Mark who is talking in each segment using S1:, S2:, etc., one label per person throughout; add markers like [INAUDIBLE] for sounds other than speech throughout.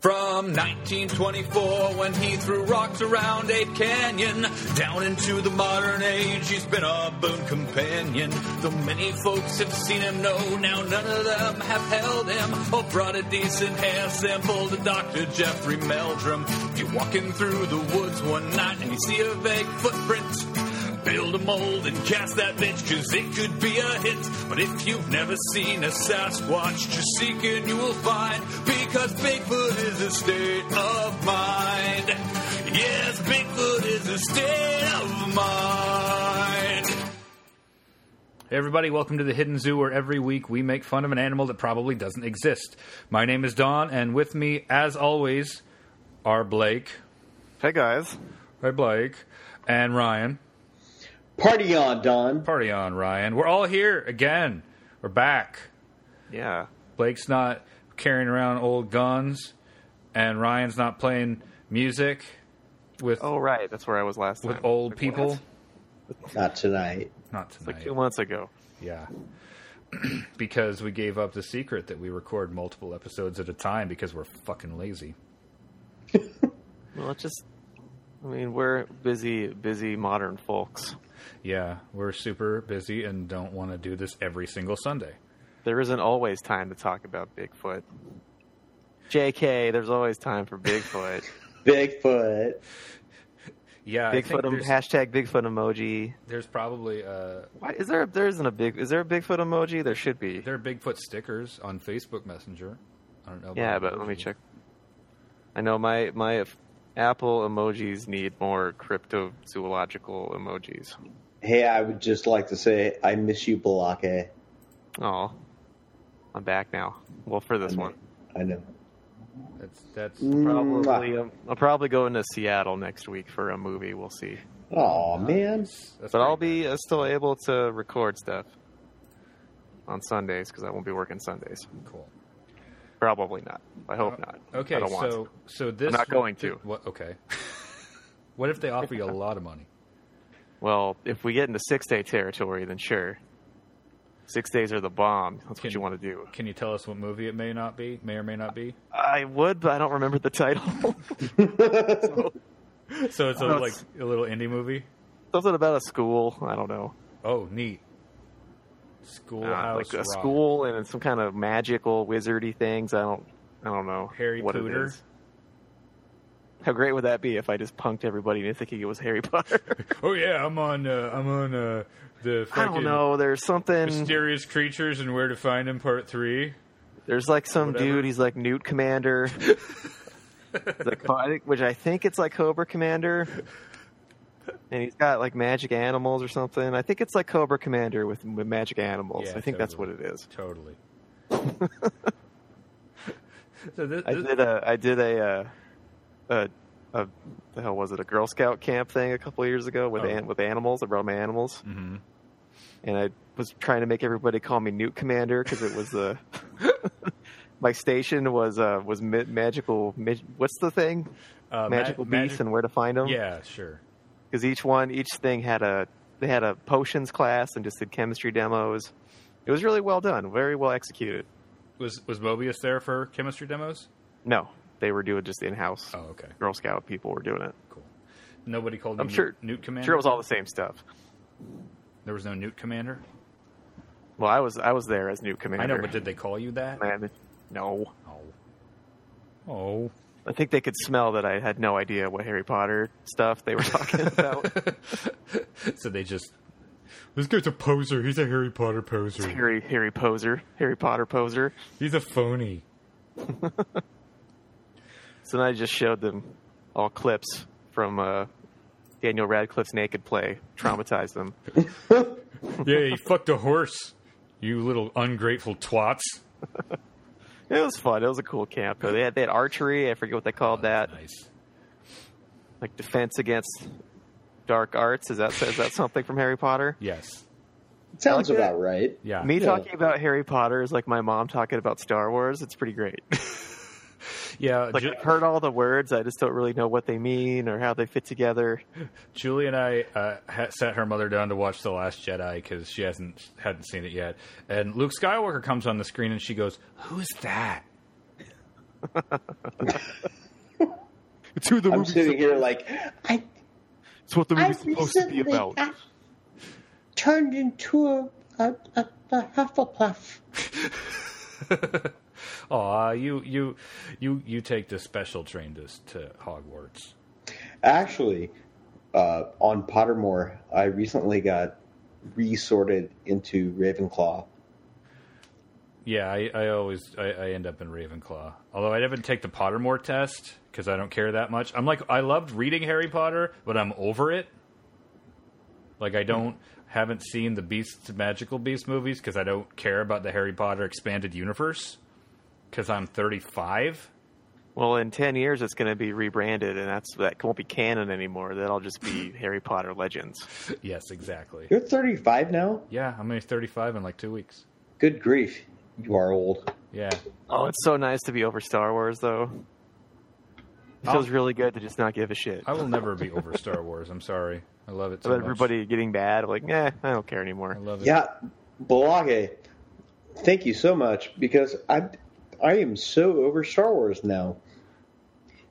S1: from 1924 when he threw rocks around Ape Canyon. Down into the modern age, he's been a boon companion. Though many folks have seen him, no, now none of them have held him or brought a decent hair sample to Dr. Jeffrey Meldrum. If you're walking through the woods one night and you see a vague footprint, Build a mold and cast that bitch, cause it could be a hit. But if you've never seen a Sasquatch, just seek and you will find. Because Bigfoot is a state of mind. Yes, Bigfoot is a state of mind.
S2: Hey everybody, welcome to the Hidden Zoo, where every week we make fun of an animal that probably doesn't exist. My name is Don, and with me, as always, are Blake.
S3: Hey guys.
S2: Hi, Blake. And Ryan.
S4: Party on, Don.
S2: Party on, Ryan. We're all here again. We're back.
S3: Yeah.
S2: Blake's not carrying around old guns, and Ryan's not playing music with
S3: Oh right, that's where I was last
S2: with
S3: time.
S2: old
S3: Like,
S2: people.
S3: what?
S4: Not tonight.
S2: Not
S3: Like
S2: tonight.
S3: two months ago.
S2: Yeah. [CLEARS THROAT] because we gave up the secret that we record multiple episodes at a time because we're fucking lazy.
S3: Well, it's just. I mean, we're busy, busy modern folks.
S2: Yeah, we're super busy and don't want to do this every single Sunday.
S3: There isn't always time to talk about Bigfoot. Jk, there's always time for Bigfoot.
S4: Bigfoot.
S2: Yeah, [LAUGHS] I think
S3: Bigfoot em-
S2: there's,
S3: hashtag Bigfoot emoji.
S2: there's probably uh,
S3: Why is there? A, there isn't a big. Is there a Bigfoot emoji? There should be.
S2: there are Bigfoot stickers on Facebook Messenger. I don't know. about
S3: yeah, but let me
S2: emojis.
S3: check. I know my my f- Apple emojis need more cryptozoological emojis.
S4: Hey, I would just like to say I miss you, Balake.
S3: Oh, I'm back now. Well, for this
S4: I know.
S3: one,
S4: I know.
S2: That's that's
S3: probably um, I'll probably go into Seattle next week for a movie. We'll see,
S4: Oh man.
S2: that's
S3: but I'll
S2: pretty
S3: be uh, still able to record stuff on Sundays because I won't be working Sundays.
S2: cool.
S3: Probably not. I hope not.
S2: Oh, Okay,
S3: I don't want
S2: so
S3: to.
S2: so this
S3: not going to.
S2: What, okay. [LAUGHS] what if they offer you a lot of money?
S3: Well, if we get into six day territory, then sure. Six days are the bomb. That's
S2: Can-
S3: what you want to do.
S2: Can you tell us what movie it may not be, may or may not be?
S3: I would, but I don't remember the title. [LAUGHS]
S2: So it's a,
S3: Oh,
S2: like
S3: it's-
S2: a little indie movie.
S3: Something about a school. I don't know.
S2: Oh, neat.
S3: Uh,
S2: Schoolhouse
S3: Ah, like a
S2: Rock.
S3: school and some kind of magical wizardy things. I don't, I don't know
S2: Harry
S3: what
S2: Pooter?
S3: it is. How great would that be if I just punked everybody into thinking it was Harry [LAUGHS] Potter?
S2: Oh yeah, I'm on. Uh, I'm on uh, the
S3: I
S2: fucking
S3: don't know. There's something.
S2: mysterious creatures and where to find them, part three.
S3: There's like some
S2: Whatever.
S3: dude. He's like Newt Commander,
S2: [LAUGHS]
S3: He's like, I think- which I think it's like Cobra Commander, and he's got like magic animals or something. I think it's like Cobra Commander with, with magic animals.
S2: Yeah,
S3: I think that's what
S2: totally.
S3: it is.
S2: Totally.
S3: [LAUGHS]
S2: so this,
S3: I
S2: this-
S3: did a I did a uh, a, a the hell was it a Girl Scout camp thing a couple years ago with
S2: Oh.
S3: an, with animals. I brought my animals,
S2: Mhm.
S3: and I was trying to make everybody call me Newt Commander because it was
S2: [LAUGHS]
S3: the my station was uh was mi- magical. Mi- what's the thing?
S2: uh, ma-
S3: magical beasts
S2: magic-
S3: and where to find them.
S2: yeah, sure.
S3: because each one each thing had a they had a potions class and just did chemistry demos. It was really well done, very well executed.
S2: Was was Mobius there for chemistry demos?
S3: No, they were doing just in house.
S2: Oh, okay,
S3: Girl Scout people were doing it.
S2: cool. Nobody called.
S3: I'm
S2: you
S3: sure-
S2: Newt, Newt Commander.
S3: Sure, it was all the same stuff.
S2: There was no Newt Commander.
S3: Well, I was I was there as new commander.
S2: I know, but did they call you
S3: [LAUGHS]
S2: that?
S3: Man, no,
S2: Oh. Oh.
S3: I think they could smell that I had no idea what Harry Potter stuff
S2: [LAUGHS]
S3: they were talking about.
S2: so they just. This guy's a poser. He's a Harry Potter poser.
S3: Harry Harry poser, Harry Potter poser.
S2: He's a phony.
S3: So then I just showed them all clips from uh, Daniel Radcliffe's naked play, traumatized
S2: [LAUGHS]
S3: them.
S2: Yeah,
S3: [LAUGHS]
S2: he fucked a horse. You little ungrateful twats.
S3: It was fun. It was a cool camp. though. They had, they had archery. I forget what they called that.
S2: Nice.
S3: Like defense against dark arts. Is that is that something from Harry Potter?
S2: Yes.
S4: Sounds
S3: Okay.
S4: about right.
S2: Yeah.
S3: Me
S4: Yeah.
S3: talking about Harry Potter is like my mom talking about Star Wars. It's pretty great. [LAUGHS]
S2: Yeah.
S3: Like
S2: Ju-
S3: I've heard all the words, I just don't really know what they mean or how they fit together.
S2: Julie and I uh, ha- sat her mother down to watch The Last Jedi because she hasn't hadn't seen it yet. And Luke Skywalker comes on the screen and she goes, "Who's that?"
S5: to the
S4: I'm
S5: movie.
S4: sitting here like, I
S5: It's what the
S6: I
S5: movie's supposed to be
S6: recently
S5: about.
S6: got turned into a, a, a, a Hufflepuff.
S2: Aw, you you you you take the special train to to Hogwarts.
S4: actually uh, on Pottermore. I recently got resorted into Ravenclaw.
S2: Yeah, I, I always I, I end up in Ravenclaw. Although I didn't take the Pottermore test because I don't care that much. I'm like I loved reading Harry Potter, but I'm over it. Like I don't haven't seen the Beast Magical Beast movies because I don't care about the Harry Potter expanded universe because I'm 35.
S3: Well, in ten years, it's going to be rebranded, and that's that won't be canon anymore. That'll just
S2: [LAUGHS]
S3: be Harry Potter Legends.
S2: Yes, exactly.
S4: You're 35 now.
S2: Yeah, I'm only 35 in like two weeks.
S4: Good grief, you are old.
S2: Yeah,
S3: Oh, it's so nice to be over Star Wars, though. It feels really good to just not give a shit.
S2: Oh. I
S3: [LAUGHS]
S2: will never be over Star Wars. I'm sorry. I love it so
S3: About
S2: much.
S3: everybody getting bad, like, eh, I don't care
S2: I
S3: anymore.
S2: love it.
S4: Yeah, Balage, thank you so much because I I am so over Star Wars now.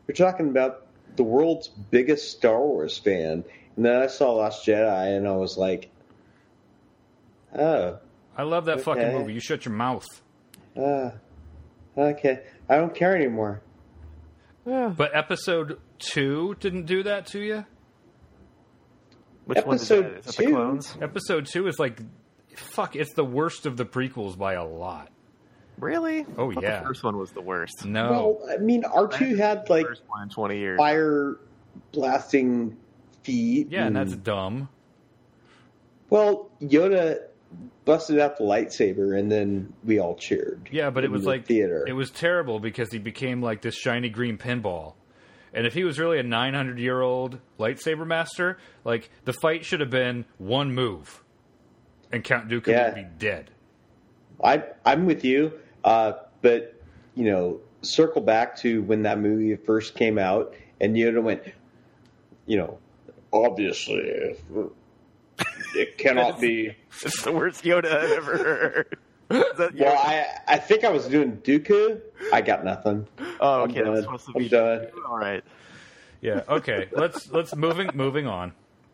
S4: You're talking about the world's biggest Star Wars fan, and then I saw Last Jedi, and I was like, oh,
S2: I love that fucking
S4: Okay.
S2: movie. You shut your mouth.
S4: uh, okay, I don't care anymore.
S2: But episode two didn't do that to you.
S3: Which one is that?
S4: Episode
S3: Is that the
S4: two.
S3: clones?
S2: Episode two is like, fuck, it's the worst of the prequels by a lot.
S3: Really?
S2: Oh,
S3: I thought
S2: yeah.
S3: The first one was the worst.
S2: No,
S4: Well, I mean, R two had like
S3: first one in twenty years.
S4: fire blasting feet.
S2: yeah, and that's dumb.
S4: well, Yoda busted out the lightsaber, and then we all cheered.
S2: Yeah, but it
S4: in
S2: was
S4: the
S2: like
S4: theater.
S2: It was terrible because he became like this shiny green pinball. And if he was really a 900 year old lightsaber master, like the fight should have been one move, and Count Dooku
S4: Yeah.
S2: would be dead.
S4: I I'm with you, uh, but you know, circle back to when that movie first came out, and Yoda went, you know, obviously, it cannot be.
S3: It's the worst Yoda I've ever heard. Is that
S4: Well,
S3: Yoda?
S4: I I think I was doing Dooku. I got nothing.
S3: oh,
S4: I'm
S3: okay.
S4: done.
S3: That's supposed to
S4: I'm
S3: be
S4: done.
S3: All right. [LAUGHS]
S2: Yeah. Okay. let's let's moving moving on.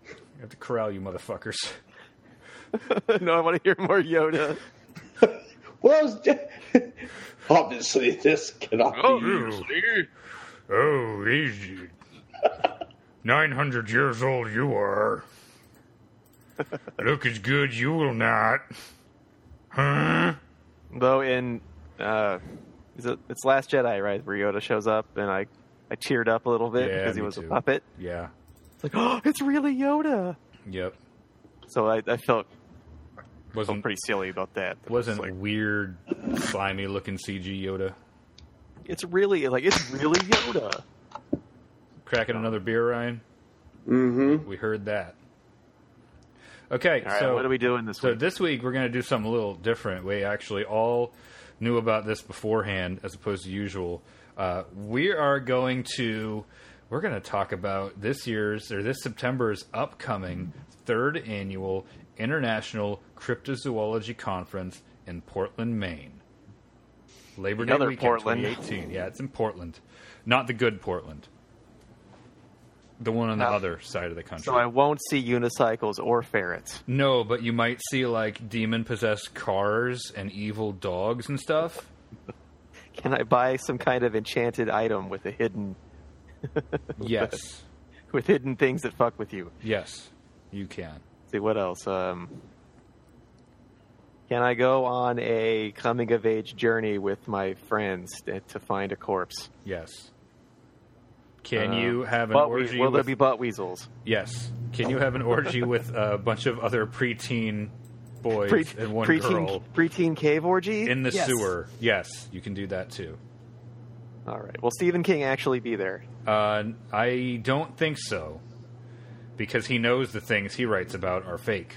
S2: I have to corral you motherfuckers.
S3: no, I want to hear more Yoda.
S4: Well, I was de- [LAUGHS] obviously this cannot be. used.
S2: Oh, [LAUGHS] these 900 years old you are. [LAUGHS] Look as good you will not. Huh?
S3: Though in, uh, is it, it's Last Jedi, right? Where Yoda shows up, and I, I teared up a little bit
S2: Yeah,
S3: because he
S2: me
S3: was a
S2: too.
S3: puppet.
S2: Yeah.
S3: It's like, oh, it's really Yoda.
S2: Yep.
S3: So I, I felt
S2: Wasn't
S3: pretty silly about that.
S2: wasn't
S3: It's like,
S2: weird, slimy looking CG Yoda.
S3: it's really like it's really Yoda.
S2: Cracking another beer, Ryan.
S4: Mm-hmm.
S2: We heard that. Okay,
S3: All right,
S2: so
S3: what are we doing this
S2: So
S3: week?
S2: this week we're going to do something a little different. We actually all knew about this beforehand, as opposed to usual. Uh, we are going to we're going to talk about this year's or this September's upcoming third annual International Cryptozoology Conference in Portland, Maine. Labor
S3: Another
S2: Day weekend,
S3: Portland.
S2: 2018. Yeah, it's in Portland, not the good Portland, the one on the
S3: Uh,
S2: other side of the country.
S3: So I won't see unicycles or ferrets.
S2: No, but you might see like demon possessed cars and evil dogs
S3: [LAUGHS]
S2: and stuff.
S3: Can I buy some kind of enchanted item with a hidden
S2: Yes.
S3: with hidden things that fuck with you?
S2: yes, you can.
S3: see what else. Um, can I go on a coming of age journey with my friends to, to find a corpse?
S2: Yes. Can
S3: Uh,
S2: you have an
S3: butt we-
S2: orgy?
S3: will there
S2: with-
S3: be butt weasels?
S2: yes. Can you have an orgy with a bunch of other preteen boys
S3: Pre-
S2: and one
S3: preteen,
S2: girl
S3: preteen cave orgy
S2: in the
S3: Yes.
S2: sewer? Yes, you can do that too.
S3: All right. Will Stephen King actually be there?
S2: Uh, I don't think so, because he knows the things he writes about
S3: [LAUGHS]
S2: are fake.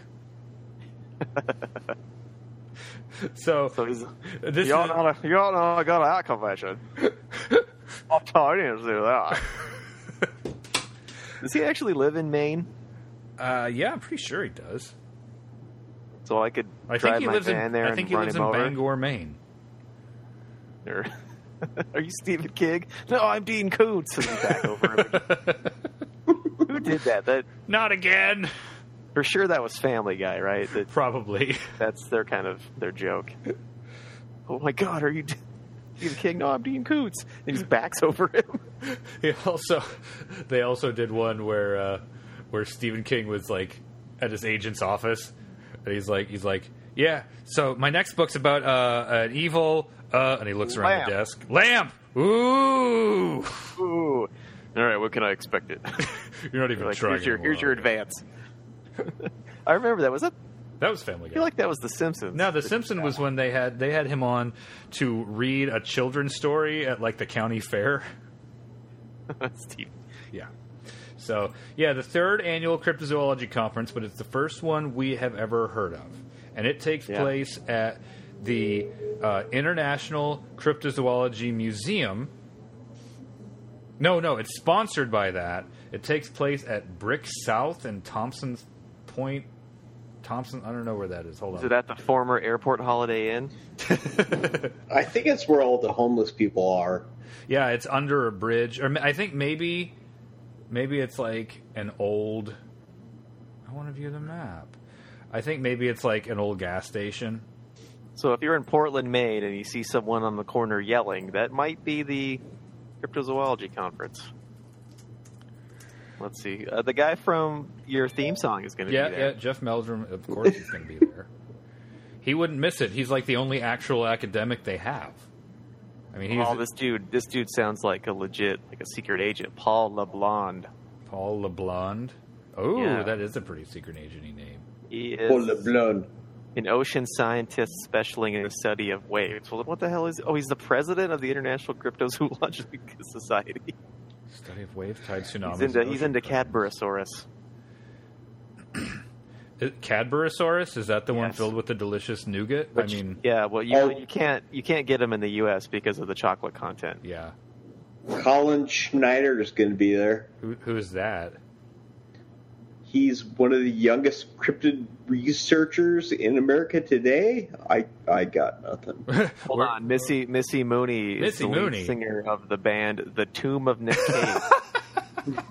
S2: so,
S3: So he's
S2: this
S3: y'all
S2: is,
S3: know I- y'all know I got out convention.
S2: [LAUGHS]
S3: I'm tired of doing that. Does he actually live in Maine?
S2: Uh, yeah, I'm pretty sure he does.
S3: So I could
S2: I
S3: drive
S2: think he
S3: my
S2: lives
S3: van
S2: in.
S3: there
S2: I think
S3: and
S2: he
S3: run
S2: lives
S3: him
S2: in
S3: over.
S2: Bangor, Maine.
S3: Or- [LAUGHS] Are you Stephen King? No, I'm Dean Koontz. And then back over him. [LAUGHS] Who did that? That
S2: Not again.
S3: for sure. That was Family Guy, right? That
S2: Probably. [LAUGHS]
S3: that's their kind of their joke. Oh my God, are you D- Stephen King? No, I'm Dean Koontz. And he backs over him.
S2: He also, [LAUGHS] they also did one where uh, where Stephen King was like at his agent's office, and he's like, he's like, yeah. So my next book's about uh, an evil, uh, and he looks around the
S3: Lamp.
S2: desk. Lamp. Ooh. [LAUGHS]
S3: Ooh. All right, what can I expect? [LAUGHS] It
S2: You're not even
S3: like
S2: trying.
S3: here's your
S2: anymore.
S3: here's your advance. [LAUGHS] I remember that. Was that?
S2: That was Family
S3: I
S2: Guy.
S3: feel like that was The Simpsons.
S2: No, The Simpson was when they had they had him on to read a children's story at like the
S3: [LAUGHS]
S2: county fair.
S3: [LAUGHS] Steve.
S2: Yeah. So yeah, the third annual cryptozoology conference, but it's the first one we have ever heard of, and it takes
S3: Yeah.
S2: place at the uh, International Cryptozoology Museum. No, no, it's sponsored by that. It takes place at Brick South and Thompson's Point. Thompson, I don't know where that is. Hold
S3: Is
S2: on.
S3: it at the former Airport Holiday Inn?
S4: I think it's where all the homeless people are.
S2: Yeah, it's under a bridge, or m- I think maybe, maybe it's like an old. I want to view the map. I think maybe it's like an old gas station.
S3: So if you're in Portland, Maine, and you see someone on the corner yelling, that might be the cryptozoology conference. Let's see. Uh, the guy from your theme song is going to
S2: Yeah,
S3: be
S2: yeah.
S3: there.
S2: Jeff Meldrum, of course, he's going to be there. He wouldn't miss it. He's like the only actual academic they have. I mean, he's
S3: oh, this dude. This dude sounds like a legit, like a secret agent, Paul LeBlond.
S2: Paul LeBlond. Oh,
S3: Yeah.
S2: that is a pretty secret agency name.
S3: He
S4: Oh, le
S3: is
S4: blood.
S3: an ocean scientist specializing in the study of waves. Well, what the hell is? Oh, he's the president of the International Cryptozoological [LAUGHS] Society.
S2: Study of wave tide tsunamis.
S3: He's into
S2: and
S3: he's
S2: ocean
S3: into
S2: currents.
S3: Cadborosaurus.
S2: Uh, Cadborosaurus is that the one
S3: Yes.
S2: filled with the delicious nougat?
S3: Which-
S2: I mean,
S3: yeah, well, you
S4: Oh.
S3: you can't you can't get them in the U.S. because of the chocolate content.
S2: yeah.
S4: Colin Schneider is going to be there.
S2: Who, who is that?
S4: He's one of the youngest cryptid researchers in America today. I I got nothing.
S3: Hold
S2: We're-
S3: on, Missy Missy Mooney, is
S2: Missy
S3: the lead
S2: Mooney.
S3: singer of the band The Tomb of Nick
S2: [LAUGHS]
S3: Cave,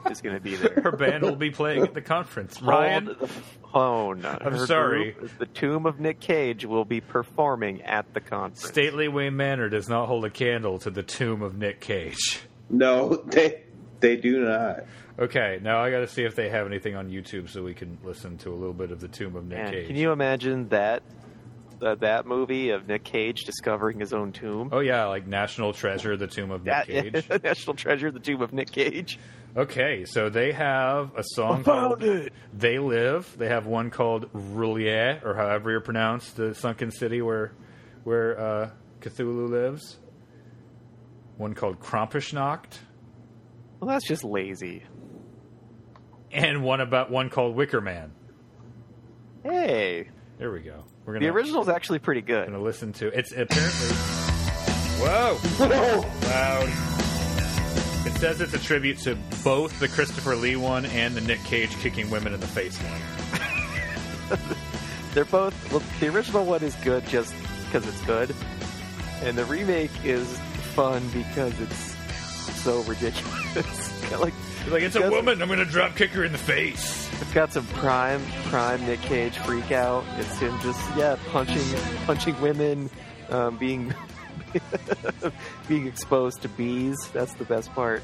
S3: is going to be
S2: Her
S3: there.
S2: band will be playing at the conference. Ryan,
S3: Hold the phone.
S2: I'm
S3: Her
S2: sorry.
S3: group, the Tomb of Nick Cage will be performing at the conference.
S2: Stately Way Manor does not hold a candle to the tomb of Nick Cage.
S4: No, they they do not.
S2: Okay, now I got to see if they have anything on YouTube so we can listen to a little bit of the tomb of Nick
S3: Man,
S2: Cage.
S3: can you imagine that uh, that movie of Nick Cage discovering his own tomb?
S2: oh yeah, like National Treasure, the tomb of
S3: That-
S2: Nick Cage.
S3: [LAUGHS] National Treasure, The Tomb of Nick Cage.
S2: Okay, so they have a song
S3: found
S2: called
S3: it.
S2: "They Live." They have one called "Roulier," or however you're pronounced, the sunken city where where uh, Cthulhu lives. One called "Krampusnacht."
S3: Well, that's just lazy.
S2: and one about one called Wicker Man.
S3: Hey,
S2: There we go. We're gonna,
S3: the original's actually pretty good.
S2: gonna listen to it's apparently. Whoa! Loud. It says it's a tribute to both the Christopher Lee one and the Nick Cage kicking women in the face one.
S3: [LAUGHS] They're both. Well, the original one is good just because it's good, and the remake is fun because it's so ridiculous. [LAUGHS] Got, like
S2: He's like, it's a
S3: Yes.
S2: woman. I'm gonna drop kick her in the face.
S3: it's got some prime prime Nick Cage freak out. It's him just yeah punching punching women, um, being [LAUGHS] being exposed to bees. That's the best part.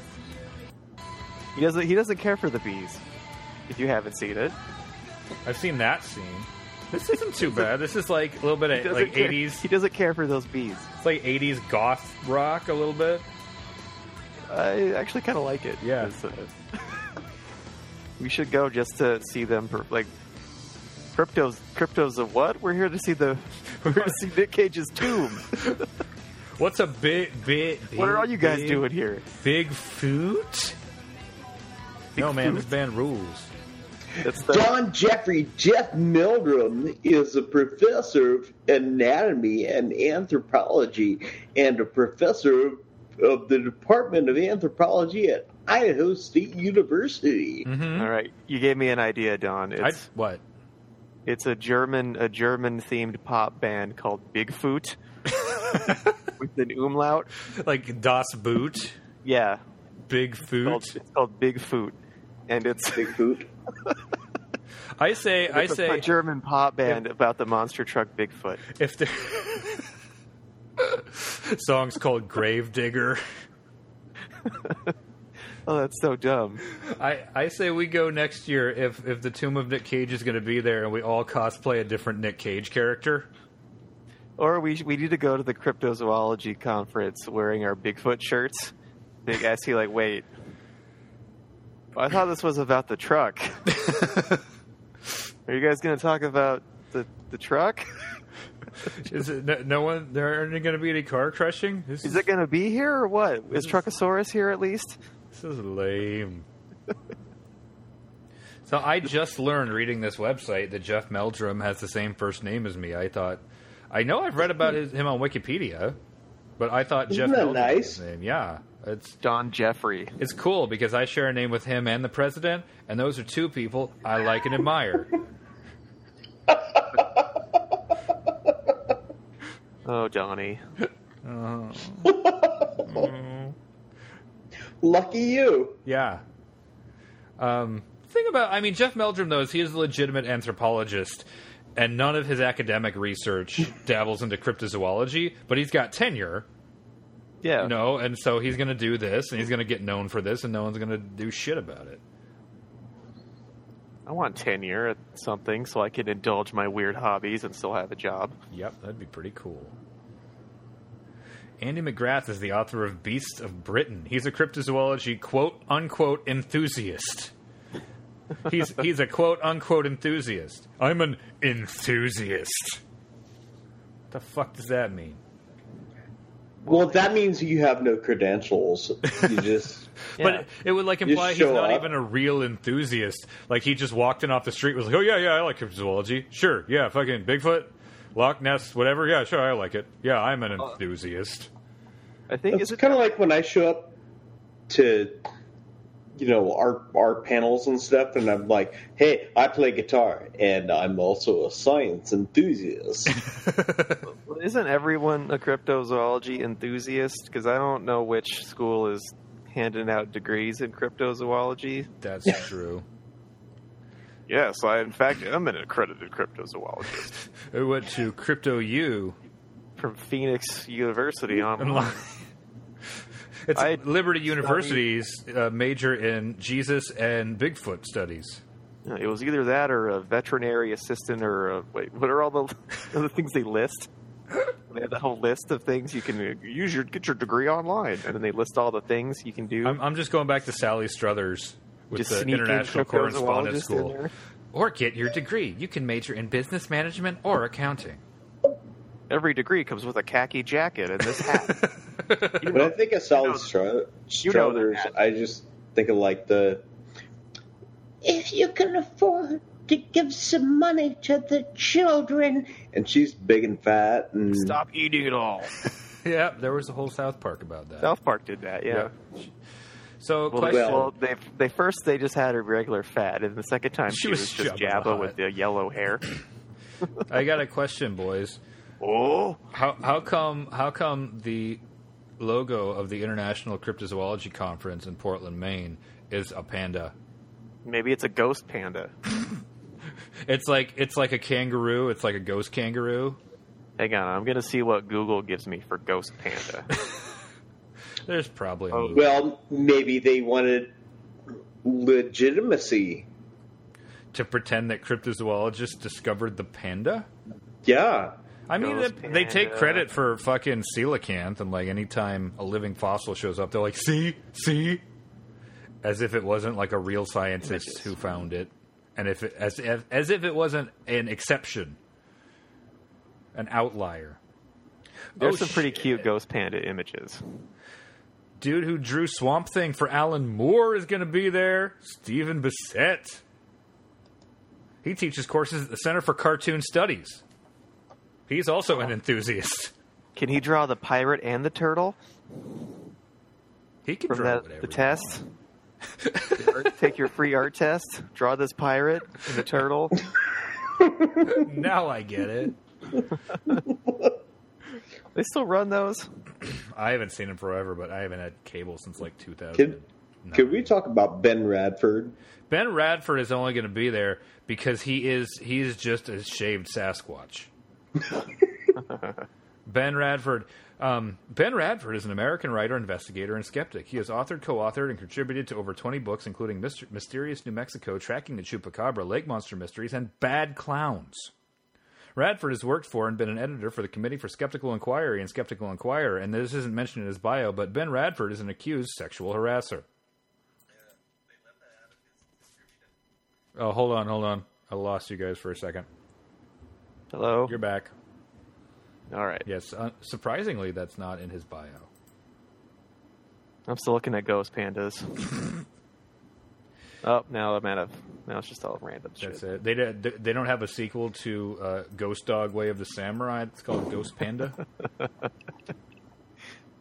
S3: He doesn't he doesn't care for the bees. If you haven't seen it.
S2: I've seen that scene. This isn't too bad. This is like a little bit of
S3: doesn't
S2: like
S3: care-
S2: 80s.
S3: He doesn't care for those bees.
S2: It's like 80s goth rock a little bit.
S3: I actually kind of like it.
S2: Yeah.
S3: It's, uh, [LAUGHS] we should go just to see them. Per- like, cryptos, cryptos of what? We're here to see the. [LAUGHS] We're here to see Nick Cage's tomb.
S2: What's a big, big?
S3: what are all you guys
S2: big-
S3: doing here?
S2: Big foot? no, man, this band rules.
S3: It's the.
S4: John Jeffrey Jeff Meldrum is a professor of anatomy and anthropology and a professor of, of the Department of Anthropology at Idaho State University.
S3: All right, you gave me an idea, Don. It's
S2: Mm-hmm. I, what? [LAUGHS]
S3: it's a German a German themed pop band called Bigfoot. with an umlaut.
S2: like Das Boot,
S3: Yeah,
S2: Big
S3: it's called,
S2: Foot.
S3: it's called Big Foot, and it's
S4: Bigfoot.
S2: I say, I
S3: it's a- a
S2: say,
S3: German pop band about the monster truck Bigfoot.
S2: if the [LAUGHS] song's called Gravedigger,
S3: Oh, that's so dumb.
S2: I I say we go next year if if the Tomb of Nick Cage is going to be there and we all cosplay a different Nick Cage character.
S3: Or we we need to go to the cryptozoology conference wearing our Bigfoot shirts. Big SE like, wait. I thought this was about the [LAUGHS] truck. Are you guys going to talk about the the truck?
S2: Is it no, no one? There aren't going to be any car crushing. This
S3: Is it going to be here or what? Is Truckosaurus here at least?
S2: This is lame. so I just learned reading this website that Jeff Meldrum has the same first name as me. I thought I know I've read about his, him on Wikipedia, but I thought
S4: Isn't
S2: Jeff
S4: that
S2: Meldrum was
S4: nice?
S2: his name. Yeah, it's
S3: Don Jeffrey.
S2: it's cool because I share a name with him and the president, and those are two people I like and
S4: [LAUGHS]
S2: admire.
S3: Oh, Donnie.
S4: Lucky you.
S2: Yeah. Um, thing about, I mean, Jeff Meldrum though is he is a legitimate anthropologist, and none of his academic research dabbles into cryptozoology, but he's got tenure,
S3: Yeah.
S2: you know, and so he's going to do this, and he's going to get known for this, and no one's going to do shit about it.
S3: I want tenure at something so I can indulge my weird hobbies and still have a job.
S2: Yep, that'd be pretty cool. Andy McGrath is the author of Beasts of Britain. He's a cryptozoology quote unquote enthusiast. He's he's a quote unquote enthusiast. I'm an enthusiast. The fuck does that mean?
S4: Well, that means you have no credentials.
S3: [LAUGHS]
S4: You just
S2: But it, it would like imply he's
S4: show
S2: not
S4: up.
S2: even a real enthusiast. Like he just walked in off the street was like, "Oh yeah, yeah, I like cryptozoology. Sure. Yeah, fucking Bigfoot, Loch Ness, whatever. Yeah, sure, I like it. Yeah, I'm an enthusiast."
S3: I think
S4: it's
S3: is it
S4: kind of like when I show up to you know art art panels and stuff, and I'm like, "Hey, I play guitar, and I'm also a
S3: [LAUGHS]
S4: science enthusiast."
S3: Well, Isn't everyone a cryptozoology enthusiast? Because I don't know which school is handing out degrees in cryptozoology.
S2: That's true.
S3: Yes, I in fact am an accredited cryptozoologist
S2: I went to Crypto [LAUGHS] U.
S3: from Phoenix University
S2: in
S3: on.
S2: Lo- it's
S3: I-
S2: Liberty University's uh, major in Jesus and Bigfoot studies.
S3: It was either that or a veterinary assistant or a, wait, what are all the [LAUGHS] the things they list? They have that whole list of things you can uh, use your get your degree online, and then they list all the things you can do.
S2: I'm, I'm just going back to Sally Struthers with
S3: Just
S2: the
S3: sneak in
S2: International
S3: cryptozoologist in
S2: Correspondence School.
S3: there.
S2: Or get your degree. You can major in business management or accounting.
S3: Every degree comes with a khaki jacket and this hat. You
S4: When
S3: know,
S4: I think of Sally Stru-
S3: you know
S4: Struthers,
S3: that.
S4: I just think of like the
S6: If you can afford to give some money to the children,
S4: and she's big and fat and
S3: Stop eating it all.
S2: Yeah, there was a whole South Park about that.
S3: South Park did that, yeah.
S2: So,
S3: Well, they,
S2: question.
S4: Well-
S3: well they, they first they just had her regular fat, and the second time
S2: She
S3: she,
S2: was
S3: was, just
S2: Jabba
S3: Jabba
S2: the Hutt.
S3: with the yellow
S2: [CLEARS THROAT]
S3: hair.
S2: I got a question, boys.
S3: oh,
S2: How how come how come the logo of the International Cryptozoology Conference in Portland, Maine, is a panda?
S3: maybe it's a ghost panda.
S2: It's like it's like a kangaroo. It's like a ghost kangaroo.
S3: Hang on, I'm gonna see what Google gives me for ghost
S2: [LAUGHS]
S3: panda.
S2: Oh, There's probably a
S3: Oh,
S2: movie.
S4: well, maybe they wanted legitimacy.
S2: to pretend that cryptozoologists discovered the panda.
S4: Yeah,
S2: I mean,
S3: Ghost
S2: they, they take
S3: panda.
S2: credit for fucking coelacanth, and like anytime a living fossil shows up, they're like, "See, see," as if it wasn't like a real scientist who found it, and if it, as if, as if it wasn't an exception, an outlier.
S3: There's
S2: Oh,
S3: some pretty
S2: shit.
S3: cute ghost panda images.
S2: Dude who drew Swamp Thing for Alan Moore is going to be there. Stephen Bissett. He teaches courses at the Center for Cartoon Studies. He's also an enthusiast.
S3: Can he draw the pirate and the turtle
S2: He can
S3: from
S2: draw
S3: that
S2: whatever.
S3: the
S2: he
S3: test?
S2: [LAUGHS]
S3: Take your free art test. Draw this pirate and the
S2: [LAUGHS]
S3: turtle.
S2: wants. Now I get it.
S3: They still run those.
S2: I haven't seen him forever, but I haven't had cable since like 2000.
S4: Could, could we talk about Ben Radford?
S2: Ben Radford is only going to be there because he is he is just a shaved Sasquatch. ben Radford. Um, ben Radford is an American writer, investigator, and skeptic. He has authored, co authored, and contributed to over 20 books, including Myster- Mysterious New Mexico, Tracking the Chupacabra, Lake Monster Mysteries, and Bad Clowns. Radford has worked for and been an editor for the Committee for Skeptical Inquiry and Skeptical Inquirer, and this isn't mentioned in his bio, but Ben Radford is an accused sexual harasser. Oh, hold on, hold on. I lost you guys for a second.
S3: Hello.
S2: You're back.
S3: All right.
S2: Yes, uh, surprisingly, that's not in his bio.
S3: I'm still looking at ghost pandas.
S2: [LAUGHS]
S3: oh, now I'm out of. Now it's just all random
S2: That's
S3: shit.
S2: it. They did- they don't have a sequel to uh, Ghost Dog: Way of the Samurai. It's called
S3: [LAUGHS]
S2: Ghost Panda.